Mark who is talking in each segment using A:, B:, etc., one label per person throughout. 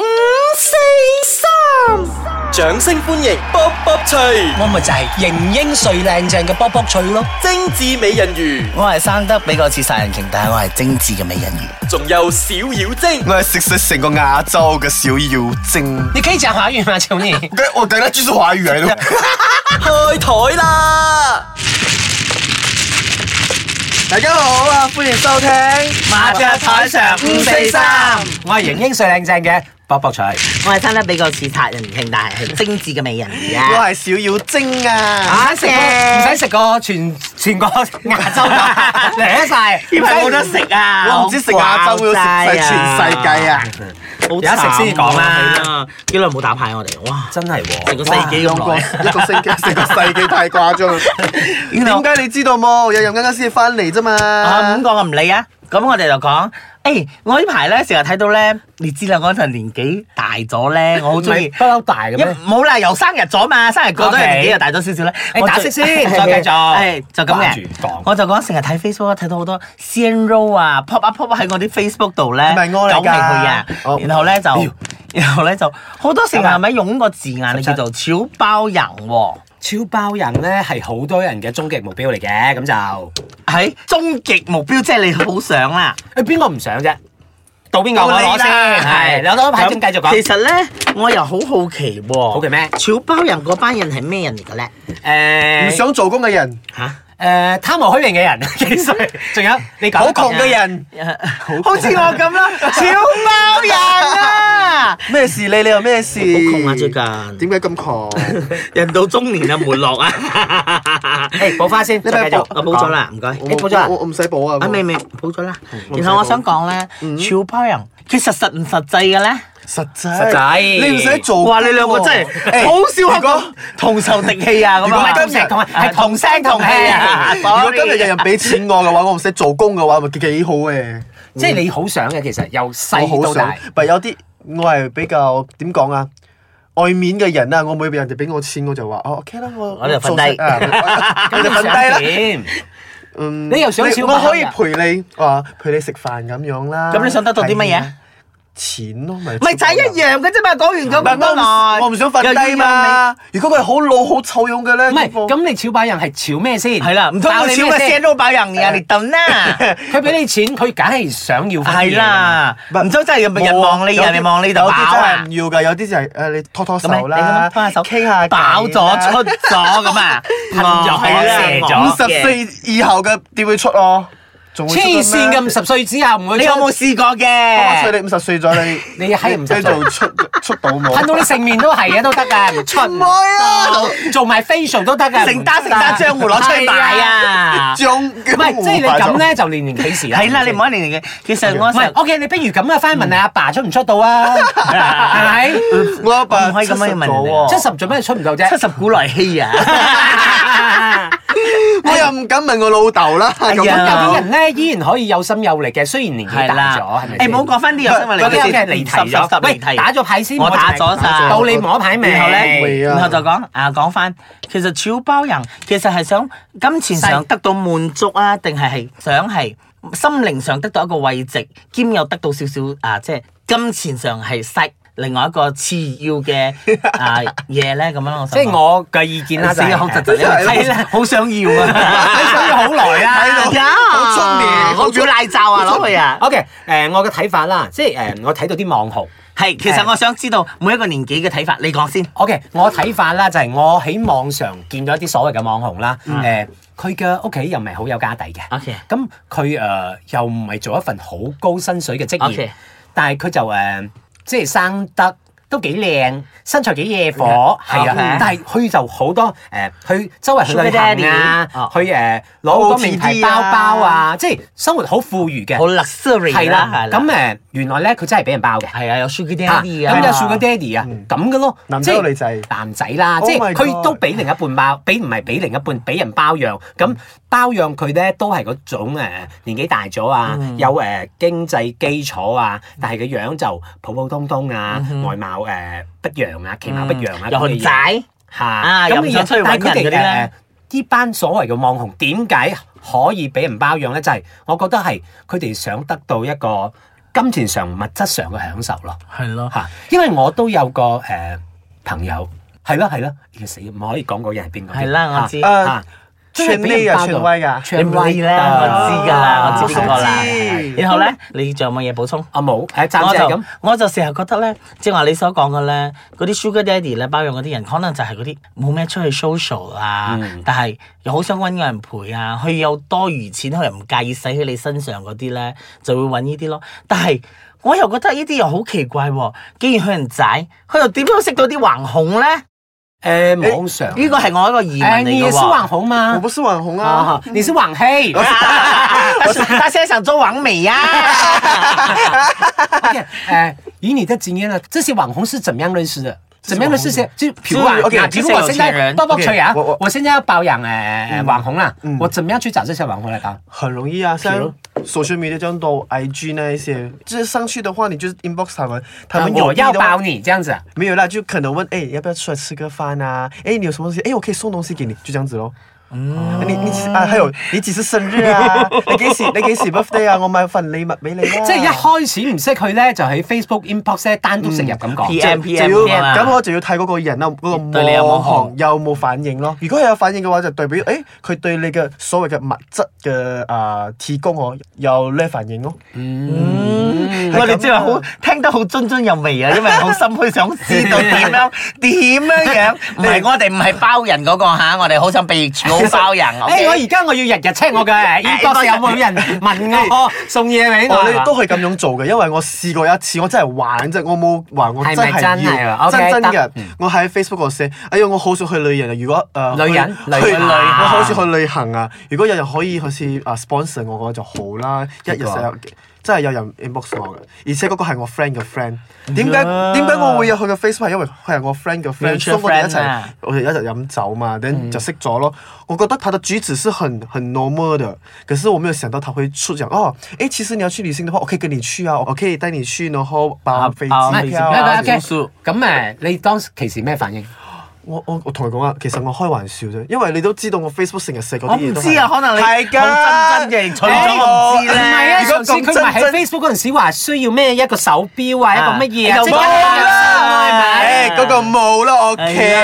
A: 台上五四三，掌聲歡迎卜卜脆，
B: 我咪就係型英帥靚正嘅卜卜脆咯。
A: 精緻美人魚，
B: 我係生得比較似殺人鯨，但係我係精緻嘅美人魚。
A: 仲有小妖精。
C: 我係食食成個亞洲嘅小妖精。
B: 你可以講華語嗎，求你？
C: 我等下繼續華語嚟咯。
A: 開台啦！
C: 大家好啊，歡迎收聽
D: 啊
B: 麻雀台上
D: 五四三，
B: 我係型英帥靚正嘅卜卜脆。
D: 我係生得比較似殺人鯨，但係係精緻嘅美人魚
C: 我
D: 啊！
C: 係小妖精啊。
B: 啊！食過唔使食過全全個 亞洲㗎，嚟晒，
D: 點解冇得食啊
C: 我唔知食亞洲要食晒全世界
B: à.
C: 啊！
D: 有
B: 有得食先講啦，
D: 幾耐冇打牌我哋，哇！
B: 真係喎
D: 成個世紀咁
C: 哇
D: 耐，
C: 一個星期 成個世紀太誇張啦。點解你知道冇？我有任啱啱先翻嚟啫嘛。
D: 啊咁講我唔理啊！咁我哋就講，誒，我呢排咧成日睇到咧，你知啦，我嗰陣年紀大咗咧，我好中意
B: 不。嬲大嘅
D: 一
B: 咩？
D: 冇啦，由生日咗嘛，生日過咗
B: OK
D: 年紀又大咗少少咧。
B: 你
D: 我
B: 打
D: 最
B: 色先再繼續
D: 係就咁
B: 掛
D: 嘅
B: 住講。
D: 我就講成日睇 Facebook 啊睇到好多 c n roll 啊 pop up pop up 喺我啲 Facebook 度咧，
C: 係咪我嚟㗎
D: 走嚟去啊
C: 哦。
D: 然後
B: 哎
D: 咧就， 然後咧就好多時候
B: 咁啊
D: 係咪用個字眼你叫做超包人喎？
B: 超包人咧係好多人嘅終極目標嚟嘅，咁就
D: 係終極目標，即係你好想啦。
B: 誒邊個唔想啫？到邊個
D: 到
B: 我
D: 你
B: 攞先，
D: 啦
B: 係攞到牌先繼續講。
D: 其實咧，我又好好奇喎。
B: 好奇咩
D: 超包人嗰班人係咩人嚟嘅咧？
C: 唔
B: 誒
C: 想做工嘅人，
D: 嚇？
B: 誒貪慕虛榮嘅人 幾歲？仲有你講
C: 好窮嘅人，
D: 好似我咁啦，小貓人 啊！
C: 咩事你？你又咩事？好
D: 窮啊最近
C: 點解咁窮？
D: 人到中年啊，沒落 啊！
B: 誒補翻先，
C: 你
B: 再
C: 咪
B: 繼續。
D: 我補咗啦，唔該。
C: 我
D: 你
C: 冇
D: 補咗啦
C: 我？我唔使補啊。
D: 啊，
C: 我
D: 未未補咗啦。
C: 我唔
D: 然後我
C: 使補
D: 想講咧，小包人其實實唔實際嘅咧？
C: 實際，
B: 實際
C: 你唔使做。
D: 哇！你兩個真係好少啊係講 同仇敵氣啊咁
B: 唔
D: 啊！
B: 係今日同係同聲同氣啊！
C: 如果今日有人俾錢我嘅話，我唔使做工嘅話，咪幾好嘅。
B: 即係你好想嘅，其實由細
C: 我
B: 到
C: 好想
B: 大，，
C: 但有啲我係比較點講啊？外面嘅人啊，我每人哋俾我錢，我就話哦 OK 啦，我
D: 我就瞓低
C: 啊我我就瞓低啦。
B: 低啦。
C: 嗯
B: 你又想少
C: 我
B: 買
C: 可以
B: 啊
C: 陪你啊，陪你食飯咁樣啦。
D: 咁你想得到啲乜嘢？
C: 錢咯，咪
D: 咪就係一樣嘅啫嘛！講
C: 唔
D: 完咁啊
C: 係
D: 多
C: 我唔
D: 耐，
C: 我唔想瞓低嘛。如果佢係好老好醜樣嘅咧，
B: 唔係，咁你炒擺人係炒咩先？
D: 係啦，唔通
B: 爆
D: 我
B: 你
D: 小
B: 咩
D: 嘅
B: 先
D: 聲都爆人啊？你等啦！
B: 佢俾你錢，佢梗係想要翻嘢
D: 係
B: 㗎嘛。
D: 啦，唔通真係有人望你，
A: à,
C: 有啲
D: 人哋望你就
C: 有
D: 飽
C: 啲真
D: 啊
C: 係唔！要㗎，有啲就係誒你拖拖
D: 咁咪
C: 手啦，
D: 你咁樣拖下手
C: 傾下偈啦
D: 飽咗出咗咁啊，
B: 噴咗射咗
C: 五十四以後嘅點會出哦？仲會出嘅咩
B: 黐線嘅，五十歲之後唔會
D: 你
B: 出
D: 有冇試過
C: 我催
D: 嘅？
C: 你五十歲咗你，
B: 你係50歲
C: 你做出出到冇？
B: 噴到你成面都係嘅都得㗎，唔出
C: 唔會啊！
B: 做埋 facial 都得㗎，
D: 成打成打漿糊攞出去賣啊！
C: 將
B: 唔得！唔係，即係你咁，咧就年年幾時啦？
D: 係啦，你唔好一定嘅。其實我
B: 唔係
D: 成
B: ，OK，你不如咁啊，翻去問下阿爸出唔出到啊？係咪？
C: 我阿爸
D: 唔可以咁樣問人哋
B: 七
C: 七十咗喎
B: 十做咩出唔到啫？
D: 七十古來稀啊！
C: 我又唔敢問我老豆啦。
D: 哎
C: 咁
D: 呀
B: 有啲人咧依然可以有心有力嘅，雖然年紀
D: 係
B: 大
D: 啦
B: 咗，係咪，先？
D: 誒唔好講翻啲有新聞嚟
B: 嗰啲
D: 嘅
B: 嘅
D: 離
B: 離
D: 題
B: 題
D: 咗，
B: 咗。
D: 喂
B: 喂，
D: 打
B: 打
D: 咗，
B: 咗牌先，
D: 我打咗晒
B: 到你摸牌未？
D: 然後咧，
C: 未啊
D: 然後就講啊講翻，其實小包人其實係想金錢上得到滿足啊，定係係想係心靈上得到一個慰藉，兼有得到少少啊，即係金錢上係塞另外一個次要嘅啊嘢咧，咁樣咯。
B: 即係我嘅意見啦，
D: 死
B: 就係
D: 好窒 窒，
C: 係
D: 係啦，好想要啊，
B: 你想要好耐 啦。
C: 喺度
D: 呀
C: 好出面
D: 我要奶罩啊，攞去啊！
B: O K，誒我嘅睇法啦，即係誒我睇到啲網紅。
D: 係，其實我想知道每一個年紀嘅睇法，你講先。
B: O K，我睇法啦，就係我喺網上見到一啲所謂嘅網紅啦，誒佢嘅屋企又唔係好有家底嘅
D: 嗯 OK
B: 咁佢誒又唔係做一份好高薪水嘅職業
D: OK
B: 但係佢就誒、即係生得都幾靚，身材幾野火，係啊
D: OK
B: 但係佢就好多誒、去周圍去旅行啊
D: Sugar daddy，哦，
B: 去誒攞好多名牌
C: OOTD
B: 包
C: 啊
B: 包啊，即係生活好富裕嘅，
D: 好啊 luxury
B: 係啦。咁
D: 咁
B: 誒、原來咧佢真係俾人包嘅。
D: 係啊，有 Sugar
B: 啊
D: Daddy 啊，嗯
B: 咁有 Sugar Daddy 啊，咁嘅咯，
C: 男仔
B: 即係
C: 女仔
B: 男仔啦，
C: Oh
B: 即
C: my
B: 係
C: God
B: 佢都俾另一半包，俾唔係俾另一半，俾人包養，咁包養佢咧都係嗰種誒年紀大咗啊，
D: 嗯
B: 有誒經濟基礎啊，但係個樣就普普通通
D: 嗯
B: 啊，外貌誒不揚啊，其貌不揚啊，
D: 有
B: 咁嘅嘢
D: 熊仔，
B: 嚇，
D: 嗯啊又唔
B: 你
D: 想出去
B: 但係
D: 搵人
B: 佢哋
D: 嗰啲呢
B: 誒呢班所謂嘅網紅點解可以俾人包養咧？就係我覺得係佢哋想得到一個金錢上、物質上嘅享受咯。
D: 係咯，
B: 嚇，因為我都有個誒、呃朋友，係咯係咯，要死唔可以講嗰人係邊個添？
D: 係啦我知
B: 嚇嚇真係俾人包到
C: 串威啊
D: 你
B: 串
D: 唔
B: 威
D: 理啦，我知噶啦，我知邊個啦
C: 我想。知
D: 然後咧，你仲有冇嘢補充？
B: 啊冇，誒暫
D: 我
B: 時係咁
D: 就。我就成日覺得咧，即係話你所講嘅咧，嗰啲 sugar daddy 咧包養嗰啲人，可能就係嗰啲冇咩出去 social 啊，但係又好想揾個人陪啊，佢有多餘錢，佢又唔介意使喺你身上嗰啲咧，就會揾呢啲咯。但係我又覺得呢啲又好奇怪喎、既然佢人仔，佢又點樣識到啲橫恐咧？
B: 誒網上
D: 呢個係我一個疑
B: 誒
D: 問嚟
B: 你
D: 嘅
B: 是網
D: 喎。
B: 紅嗎？
C: 我不是網紅啊
B: 啊，，你是網黑。
D: 他他現在想做啊網美呀、
B: OK，呃，以你的经验呢，这些网红是怎么样认识的？怎么样的事情？就比如啊
D: 就是，OK，
B: 啊
D: 这
B: 比
D: 些
B: 如我
D: 有
B: 现
D: 钱
B: 在
D: 人
B: 包包吹啊，
C: 我我
B: 我现在要包养呃呃网红啦
C: 嗯，
B: 我怎么样去找这些网红来包？
C: 很容易啊，
B: 如
C: 像 social media 这样多 IG 那一些，就是上去的话，你就是 inbox 他们，他们
B: 呃
C: 有
B: 我
C: 意的
B: 要
C: 话
B: 包你这样子啊，
C: 没有啦，就可能问，哎、要不要出来吃个饭啊？哎、你有什么东西？哎、我可以送东西给你，就这样子咯。嗯，你你啊，还有你几时生日啊？ 你几时你几时 birthday 啊？我买份礼物俾你啦。
B: 即系一开始唔识佢咧，就喺 Facebook inbox 咧單獨食入咁講。
D: PM
C: 就要
D: PM 啊
C: 咁我就要睇嗰個人啦，嗰、
D: 對你有
C: 個
D: 冇
C: 網紅有冇反應咯。如果佢有反應嘅話，就代表誒佢對你嘅所謂嘅物質嘅啊提供我有呢反應咯。
D: 嗯，我哋即係好聽得好津津有味啊，因為好心虛想知道點樣 點樣 樣。唔係我哋唔係包人嗰個嚇，我哋好想被好包人。
B: 誒，我
D: OK？
B: 而家我要日日 check 我嘅呃 inbox 有冇人問我送嘢俾我
C: 我
B: 係
C: 哦哋
B: 嘛。
C: 都係咁樣做嘅，因為我試過一次，我真係玩啫，我冇話我真係
B: 係咪真係啊
C: 要
B: ？OK，
C: 真真
B: 得
C: 嘅。我喺 Facebook 度寫，哎呀，我好想去旅行啊！如果誒
B: 旅人
C: 去
B: 旅
C: 去
B: 行
C: 我好想去旅行啊！如果有人可以好似啊 sponsor 我嘅話就好啦，一日
B: 結果
C: 成日真係有人 inbox 我嘅，而且嗰個係我 friend 嘅 friend。點
B: 嗯
C: 解點解我會有佢嘅 Facebook？係因為佢係我 friend 嘅 friend，
D: Mutual
C: 所以我哋一
D: friend
C: 齊
D: 啊
C: 我哋一齊飲酒嘛，等就識咗咯。我覺得他的舉止是很很 normal 的，可是我沒有想到他會出講哦，誒，其實你要去旅行的話，我可以跟你去啊，我可以帶你去，然後包飛
D: 包飛
C: 機
D: 機
C: 票
D: 唔係唔係
C: 啊。
B: OK，
D: 少
B: 咁誒，你當其時咩反應？
C: 我我我同佢講啊，其實我開玩笑啫，因為你都知道我 Facebook 成日寫嗰
D: 我
C: 啲
D: 唔
C: 嘢都係
D: 知啊，可能你
C: 係㗎
D: 好真真嘅，除咗我哎唔知
B: 唔係啊，
D: 咧。
C: 如果
B: 頭
C: 咁
B: 先佢咪喺
C: 真真
B: Facebook 嗰陣時話需要咩一個手錶啊，一個乜嘢
D: 啊
B: 啊，
D: 你
B: 即
D: 就
B: 刻
D: 冇啦
B: 係咪？
C: 誒嗰個冇啦
D: 係
C: ，OK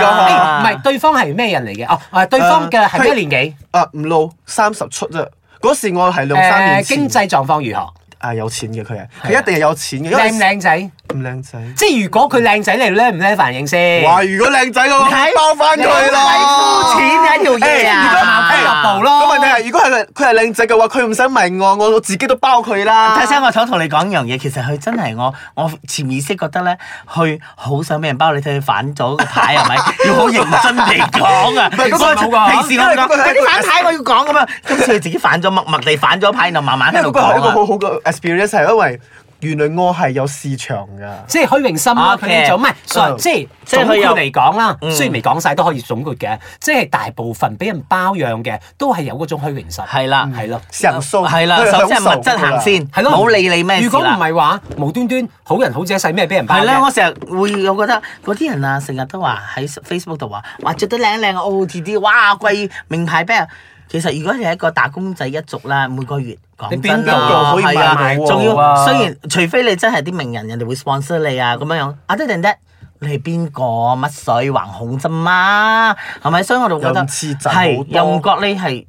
C: 嗰
D: 啊
C: 個。
B: 誒唔係對方係咩人嚟嘅？哦，誒對方嘅係咩年紀？
C: 啊唔老三十出啫。嗰時我係兩三
B: 誒
C: 年前
B: 經濟狀況如何？
C: 啊有錢嘅佢係，佢一定係有錢嘅，因
B: 靚唔
C: 為
B: 靚仔？
C: 唔靚仔。
B: 即係如果佢靚仔嚟咧，唔咧反應先。
C: 哇！如果靚仔嘅我
D: 睇
C: 包翻
D: 你
C: 佢啦。
D: 好膚淺啊呢條嘢
C: 誒如果
D: 啊！
B: 行俱樂部
C: 咁
B: 咯。
C: 問題係，如果係佢係靚仔嘅話，佢唔使問我，我我自己都包佢啦。
D: 睇先，我想同你講一樣嘢，其實佢真係我我潛意識覺得咧，佢好想俾人包，你睇佢反咗個牌係咪？ 要好認真地講啊！
C: 係嗰個冇
B: 㗎
D: 平時我
C: 因為嗰
D: 講
C: 個係
D: 快啲反牌，我要講咁樣。今次佢自己反咗，默默地反咗牌，然後慢慢喺
C: 因為
D: 度
C: 嗰個係一個好
D: 講啊。
C: 好嘅 experience，係因為原來我係有市場㗎。
B: 即係虛榮心啦，佢
D: OK
B: 哋就唔係，所以
C: 嗯
B: 即係
D: 即係
B: 總
D: 佢
B: 括
D: 有
B: 嚟講啦，
D: 嗯
B: 雖然未講晒都可以總括嘅，即係大部分俾人包養嘅都係有嗰種虛榮心。
D: 係啦
B: 係咯。
C: 享受
D: 呃係啦，
C: 佢係
D: 首先
C: 享受
D: 係物質行先，
B: 係咯，
D: 冇理你咩事啦啊
B: 如果唔係話，無端端好人好姐使咩俾人包
D: 係
B: 嘅
D: 啦，我成日會我覺得嗰啲人啊，成日都話喺 Facebook 度話，哇着得靚靚啊，OOTD，哇貴名牌 bag 啊。其實如果你係一個打工仔一族啦，每個月講真
B: 邊
D: 啦，
C: 度可以買
D: 係啊
C: 買到
D: 仲要
B: 啊
D: 雖然呃除非你真係啲名人，人哋會 sponsor 你啊咁樣樣。Other than that，你係邊個乜水橫恐啫嘛？係咪？所以我就覺
C: 又
D: 得
C: 唔似賺好多
D: 又唔覺你係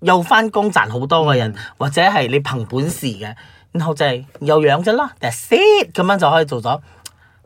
D: 又翻工賺好多嘅人，
B: 嗯
D: 或者係你憑本事嘅，然後就係有養啫啦，that's it，咁樣就可以做咗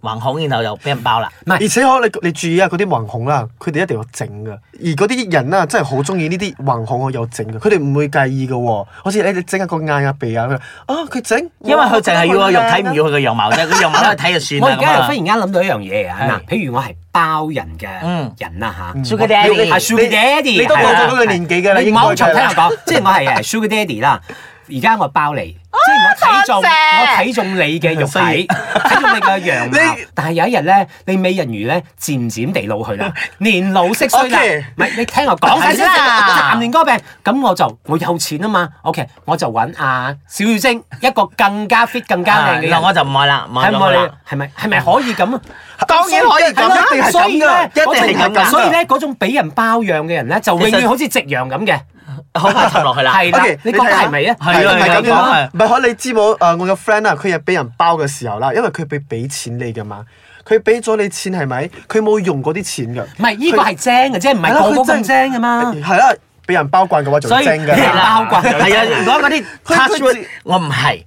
D: 橫恐，然後又俾人包啦。
B: 係
C: 而且可你你注意啊，嗰啲橫恐啦，佢哋一定要整嘅。而嗰啲人啦，真係好中意呢啲橫恐，我有整嘅，佢哋唔會介意嘅喎。好似你你整下個眼啊鼻啊，佢話啊佢整，
D: 因為佢淨係要個肉體，唔要
C: 要。
D: 佢個樣貌啫，個樣貌都係睇就算
B: 啊我
D: 啦
B: 而家又忽
D: 咁啊。
B: 然間諗到一樣嘢啊！
D: 係
B: 嗱，譬如我係包人嘅
D: 嗯
B: 人啦嚇。
D: Sugar
B: 係
D: Daddy，啊
B: Sugar Daddy，
C: 你都
B: 係
C: 過
B: 啦
C: 咗嗰個年紀㗎啦
B: 係
C: 應
B: 唔
C: 該
B: 好重
C: 㗎
B: 聽
C: 啦
B: 我講，即係我係誒 Sugar Daddy 啦。而家我 包你，即係我睇中
D: 多謝
B: 我睇中你嘅肉體， 睇中你嘅樣貌
C: 你。
B: 但係有一日咧，你美人魚咧漸漸地老去 啦，年老色衰啦。
C: OK
B: 唔係你聽我講晒先
D: 係啦
B: 男年歌病，咁我就我有錢啊嘛。OK，我就揾阿小妖精一個更加 fit、更加靚嘅
D: 啊
B: 人
D: 我。就唔愛啦，唔愛
B: 係
D: 咗佢
B: 咪
D: 啦。
B: 係咪係咪可以咁啊？
D: 當然可以咁啦
C: 一定係
B: 所以
C: 咁
B: 咧
C: 㗎，
D: 一定係咁㗎
B: 所以咧，嗰種俾人包養嘅人咧，就永
D: 其實
B: 遠好似夕陽咁嘅，
D: 好快沉落去啦。
B: 係啦
C: OK，
B: 你覺
C: 睇
B: 得
C: 下
B: 係咪啊？
D: 係啊
C: 唔係咁樣
D: 係
C: 啦
D: 啊，
C: 唔係可你知冇？誒，我個 friend 啊，佢係俾人包嘅時候啦，因為佢俾俾錢你噶嘛，佢俾咗你錢係咪？佢冇用嗰啲錢㗎。
B: 唔係呢個係精嘅啫，唔係個個咁精嘅 嘛。
C: 係啦，俾人包慣嘅話就
D: 所以
C: 精㗎
B: 係
C: 啦。
B: 啦包棍
D: 係啊！如果嗰啲 touch wood，我唔係，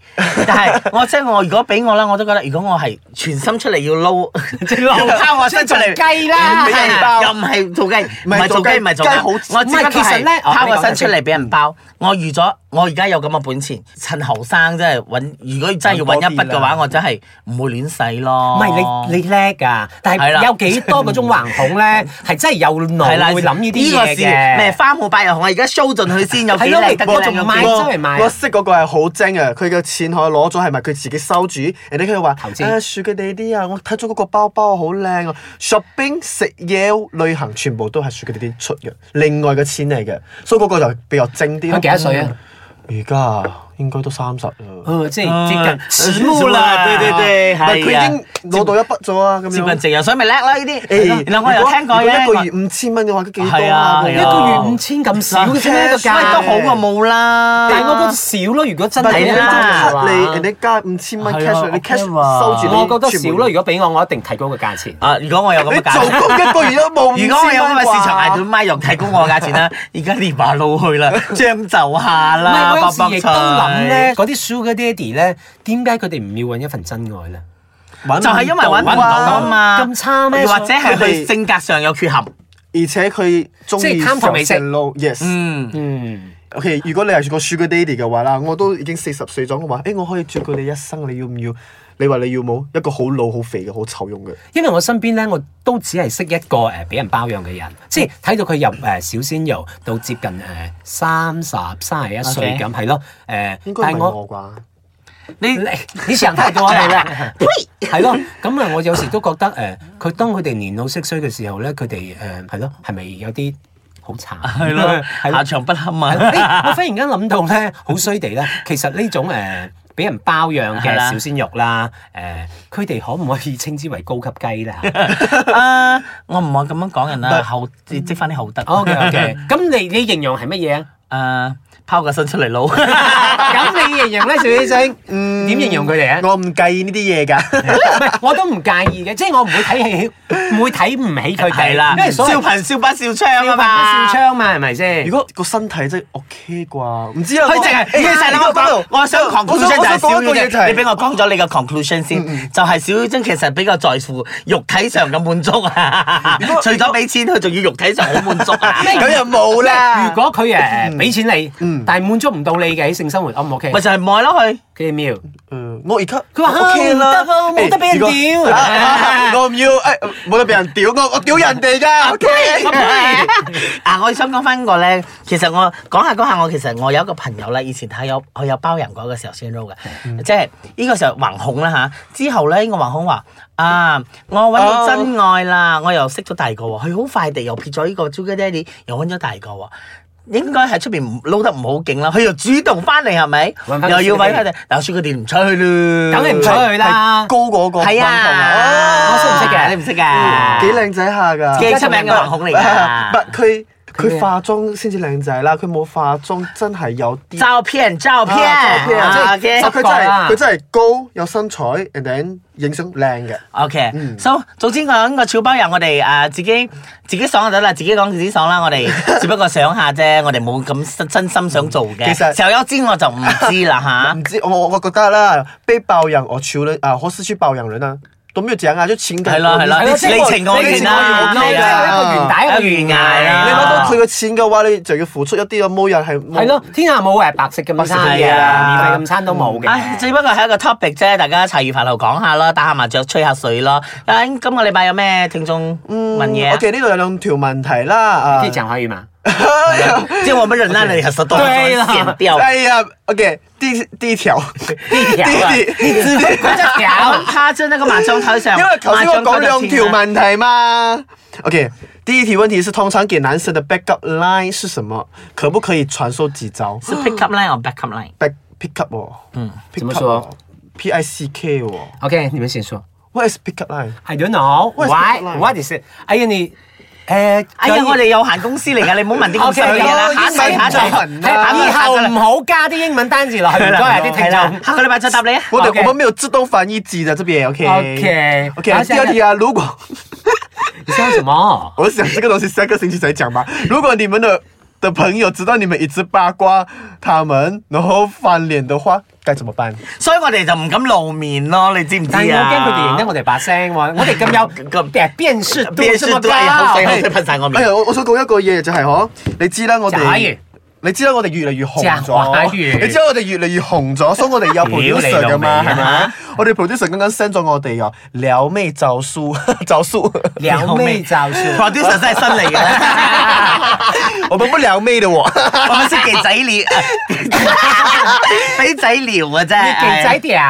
D: 但係我即係我如果俾我啦，我都覺得如果我係全心出嚟要撈，即係撈拋我身出嚟，
B: 即係做雞啦
D: 唔係
B: 係
C: 人
D: 啊
C: 包
D: 又唔係做雞，唔
C: 唔係做
D: 係做
C: 雞
D: 雞，唔係做
C: 雞
D: 雞
C: 好
D: 我只
B: 唔
D: 不
B: 係
D: 過
B: 其實
D: 係
B: 咧
D: 拋個身出
B: 哦你講
D: 嚟俾人包，我預咗我而家有咁嘅本錢，趁後生真係揾，如果真係要揾一筆
C: 揾
D: 嘅話，
C: 多啲啦
D: 我真係唔會亂使咯。
B: 唔係你你叻㗎，但
D: 係
B: 係
D: 啦
B: 有幾多嗰種橫恐 咧，係真係有腦會諗呢啲
D: 個
B: 嘢
D: 事咩
B: 嘅。
D: 花冇百日紅，我而家 show 盡佢先，有幾
B: 係咯
D: 靚得幾
B: 我
D: 靚
B: 仲
D: 有幾
B: 買
D: 靚
B: 周圍買
C: 我識嗰個係好精嘅，佢嘅錢可以攞咗係咪佢自己收住？人哋佢話：
B: 投資
C: 啊，樹嘅地啲啊，我睇咗嗰個包包好靚啊！shopping、食嘢、旅行全部都係樹嘅地啲出嘅，另外嘅錢嚟嘅，所以嗰個就比較精啲咯。
B: 佢幾多歲啊？
C: 而家啊應該都三十啦。
B: 嗯，即係
D: 嗯
B: 接近遲暮啦。
D: 對對對，
C: 唔係
D: 係啊
C: 佢已經攞到一筆咗啊，咁
D: 接
C: 樣
D: 近。夕陽，所以咪叻咯呢啲。
C: 誒，
D: 然後我又聽過
C: 如
D: 咧，
C: 果一個月五千蚊嘅話，都幾多
D: 係
C: 啊
D: 啊？
C: 嗰
B: 一
D: 係
C: 個
D: 啊
B: 個月五千咁少嘅啫，個
D: 喂
B: 價
D: 都好過冇啦。
B: 但係我覺得少咯，如果真係
C: 但係
D: 係
C: 人
B: 呢
C: 哋就
D: 啦
B: 種
C: 呃
B: 嘅話
C: 你人哋加五千蚊
D: 係
C: cash，
D: 啊
C: 你 cash
D: 我聽話
C: 收住你，
B: 我覺得少咯。如
C: 全部
B: 果俾我，我一定提高個價錢。
D: 啊，如果我有咁
C: 你
D: 嘅
C: 做
D: 價錢。
C: 工一個月都冇五千蚊啩。
D: 如果我有咁嘅市場捱到咪，又提高我嘅價錢啦。而家連埋路去啦，將就下
B: 唔係，
D: 啦，
B: 我有
D: 卜
B: 時
D: 卜
B: 亦都諗咧，嗰啲 Sugar Daddy 咧，點解佢哋唔要揾一份真愛咧？
D: 就係因為揾唔到啊嘛，
B: 咁差咩
D: 或者係
C: 佢哋
D: 佢性格上有缺陷。
C: 而且佢中
B: 即
C: 意
B: 係貪圖美食
C: low yes。
D: 嗯，
B: 嗯，
C: OK，如果你係個 Sugar Daddy 嘅話啦，我都已經四十歲咗，我話誒欸我可以照顧你一生，你要唔要？你話你要冇一個好老、好肥嘅、好醜樣嘅，
B: 因為我身邊咧，我都只係識一個誒俾人包養嘅人，即
D: 嗯
B: 係睇到佢由誒小鮮肉到接近誒三十、三十一歲
D: OK
B: 咁，係咯誒
C: 應。該
B: 但
C: 唔
B: 係
C: 係
B: 我
C: 我啩？
D: 你
B: 你你成日太過係啦，係咯。咁啊，我有時都覺得誒，佢當佢哋年老色衰嘅時候咧，佢哋誒係咯，係咪有啲好慘？
D: 係咯，
B: 係
D: 下場不堪 啊！
B: 誒我忽然間諗到咧，好衰地咧，其實呢種誒俾、人包養嘅
D: 係啦
B: 小鮮肉啦，誒佢哋可唔可以稱之為高級雞咧
D: 啊，我唔可以咁樣講人啦，後積翻啲厚德。
B: 哦？OK OK，咁你你形容係乜嘢啊？
D: 誒，拋個身出嚟撈。
B: 咁你形容咧，小先生，嗯，點形容佢 哋啊？
C: 我唔計呢啲嘢㗎。
B: 唔係，我都唔介意嘅，即係我唔會睇起，唔會睇唔起佢哋
D: 係啦，
B: 因為所謂
D: 笑貧笑不笑 娼
B: 笑
D: 啊嘛，
B: 笑槍嘛，係咪先？
C: 如果個身體真係 OK 啩，唔知啊。
D: 佢淨係
C: 我
D: 其實
C: 誒
D: 我
C: 嗰
D: 講
C: 度，
D: 我想
C: 我想
D: conclusion 就係
C: 我想
D: 小
C: 講一個嘢嗯就
D: 妖
C: 係
D: 精，你俾我講咗你個 conclusion 先，就係小妖精其實比較在乎肉體上嘅滿足啊，除咗俾錢，佢仲要肉體上好滿足 啊。
C: 咁又冇啦。
B: 如果佢誒俾錢你，但係滿足唔到你嘅性生活，O 唔 OK？
D: 咪就係唔愛咯佢，
B: 佢哋喵。
C: 誒，我而家
B: 佢話
C: 我 Ờ, OK
B: 唔
C: 啦
B: 得喎冇得俾人
C: 誒如果
B: 屌
C: 啊啊我唔要誒，冇得俾人屌，我我屌人哋㗎，OK。
D: 啊！我想講翻個咧，其實我講下講下，我其實我有一個朋友咧，以前佢有佢有包人過嘅時候先 low 嘅，即係呢個時候橫恐啦吓，之後咧，呢個橫恐話啊，我揾到真愛啦，我又識咗第二個喎，佢好快地又撇咗呢個 Sugar Daddy，又揾咗第二個喎。應該喺出邊唔撈得唔好勁啦，佢又主動翻嚟係咪
B: 搵返？個
D: 又要
B: Sugar
D: 揾佢哋，但 Sugar Daddy 唔出去啦，
B: 梗係唔出去啦
C: 係高嗰個
D: 係啊，
B: 我識唔識嘅
D: 你唔識㗎，
C: 幾靚仔下㗎，
D: 幾出名嘅橫恐
C: À,
D: 嚟
C: 唔
D: 㗎。
C: 佢
B: 咩
C: 佢
B: 啊
C: 化妝先至靚仔啦，佢冇化妝真係有啲。
D: 照片，照
C: À,
D: 片，
C: 啊照片
D: 啊
B: 即係
D: À, OK
C: 佢真係
B: 啊
C: 佢真係高有身材，and then 影相靚嘅。
D: OK，so 總之講個小包人，我哋誒自己自己爽就得啦，自己講自己爽啦。我哋只不過想下啫，我哋冇咁真真心想做嘅。
C: 其實
D: 石友知我就唔知 啦
C: 唔
D: 吓，
C: 知我我覺得啦，被包養我求人啊，何時去包養人啊？都沒有講啊，就情感。
D: 係咯係咯
C: 你
B: 係咯
D: 你情我願啦
B: 你情我願啦，一個
C: 係啊
B: 圓帶一個圓牙
D: 啊
B: 啦
C: 你攞到佢嘅錢嘅話，你就要付出一啲啊，冇人係冇
B: 係咯，天下冇誒白色咁餐嘅，
D: 係啊
B: 免費咁餐都冇
D: 唉，只
B: 嘅。
D: 不過係一個 topic 啫，大家茶餘飯後講下啦，打下麻雀，吹下水咯。啊，今個禮拜有咩聽眾問嘢
C: 嗯
D: 啊
C: OK，呢度有兩條問題啦，啊
B: 即係，講華語嘛？
D: 即係我們忍耐了有十多分
B: 對啦
D: 鐘剪掉。
C: 哎呀，OK，第第一條，
B: 呢條啊，
C: 第第
B: 嗰隻
D: 搞
B: 條
D: 趴在那個麻將台 上，
C: 因为头先我讲两条
D: 嘛。
C: 问题嘛。OK，第一题问题是通常给男生的 backup line 是什么？可不可以传授几招
D: 是 pick up line or back up line？
C: ？back pick up 哦，嗯
B: 怎么说
C: ？P I C K 哦
B: ，OK，你們先說。
C: ，What is pick up line？
B: I don't know
C: What is
B: why
C: pick line?
B: what is it？哎呀你誒，
D: 哎呀，
B: 佢
D: 我哋有限公司嚟噶，你唔好問啲咁
B: O
D: 深嘅
B: K，
D: 嘢啦。下一題，下一題，
C: 英文
D: 係下一題
B: 以
D: 下一
B: 後
D: 題
B: 唔好加啲英文單字落去，唔該啊啲聽
D: 係啦
B: 眾。
D: 下個禮拜再答你啊。
C: 我哋
B: OK
C: 我們沒有自動翻譯機的這邊，OK
B: OK
C: OK。
B: 好
C: 第二題啊，如果？
B: 你笑什麼
C: 我想這個東西下個星期才講吧。如果你們的的朋友知道你們一直八卦他們，然後翻臉的話，該怎麼辦？
D: 所以我哋就唔敢露面咯，你知唔知
B: 但係我
D: 啊？
B: 驚佢哋認得我哋把聲喎，我哋咁有個辨識度
D: 邊
B: 咁
D: 都係好細，好
B: 高
D: 細，。噴晒我
C: 哎
D: 面。
C: 呀，我我想講一個嘢就係嗬，你知啦，我
B: 假如
C: 哋。你知啦，我哋越嚟越紅
B: 假
C: 咗，
B: 如
C: 你知啦，我哋越嚟越紅咗，所以我哋有 producer 噶嘛，
B: 屌你老味
C: 係咪
B: 啊？
C: 我哋 producer 剛剛 send 咗我哋啊，撩妹招數，招數，
B: 撩妹罩 笑。
D: producer 真係新嚟嘅，
C: 我們不撩妹的喎。
D: 我咪識記仔撩，俾仔撩啊真係。
B: 你仔屌，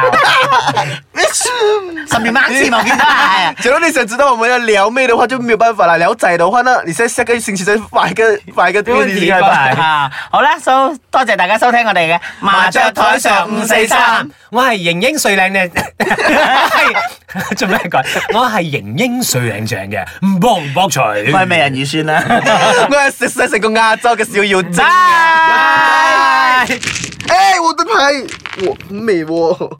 D: 十面掹刺，我見到係啊。
C: 假如你想知道我们要撩妹的话，就没有办法了。聊仔的话，那你在下个星期再发一个 发一个
B: 没问题
C: 给你看
B: 拜拜
C: 吧。
D: 啊，好啦，so 多謝大家收聽我哋嘅麻雀台上五四三，，
B: 我係型英帥靚 靚，做咩講？我係型英帥靚正嘅，唔搏唔搏
D: 唔係
B: 除。
D: 美人魚算啦。
C: 我系食晒成个亚洲嘅小妖精。
D: 拜。
C: 哎，我的牌，我很美哦。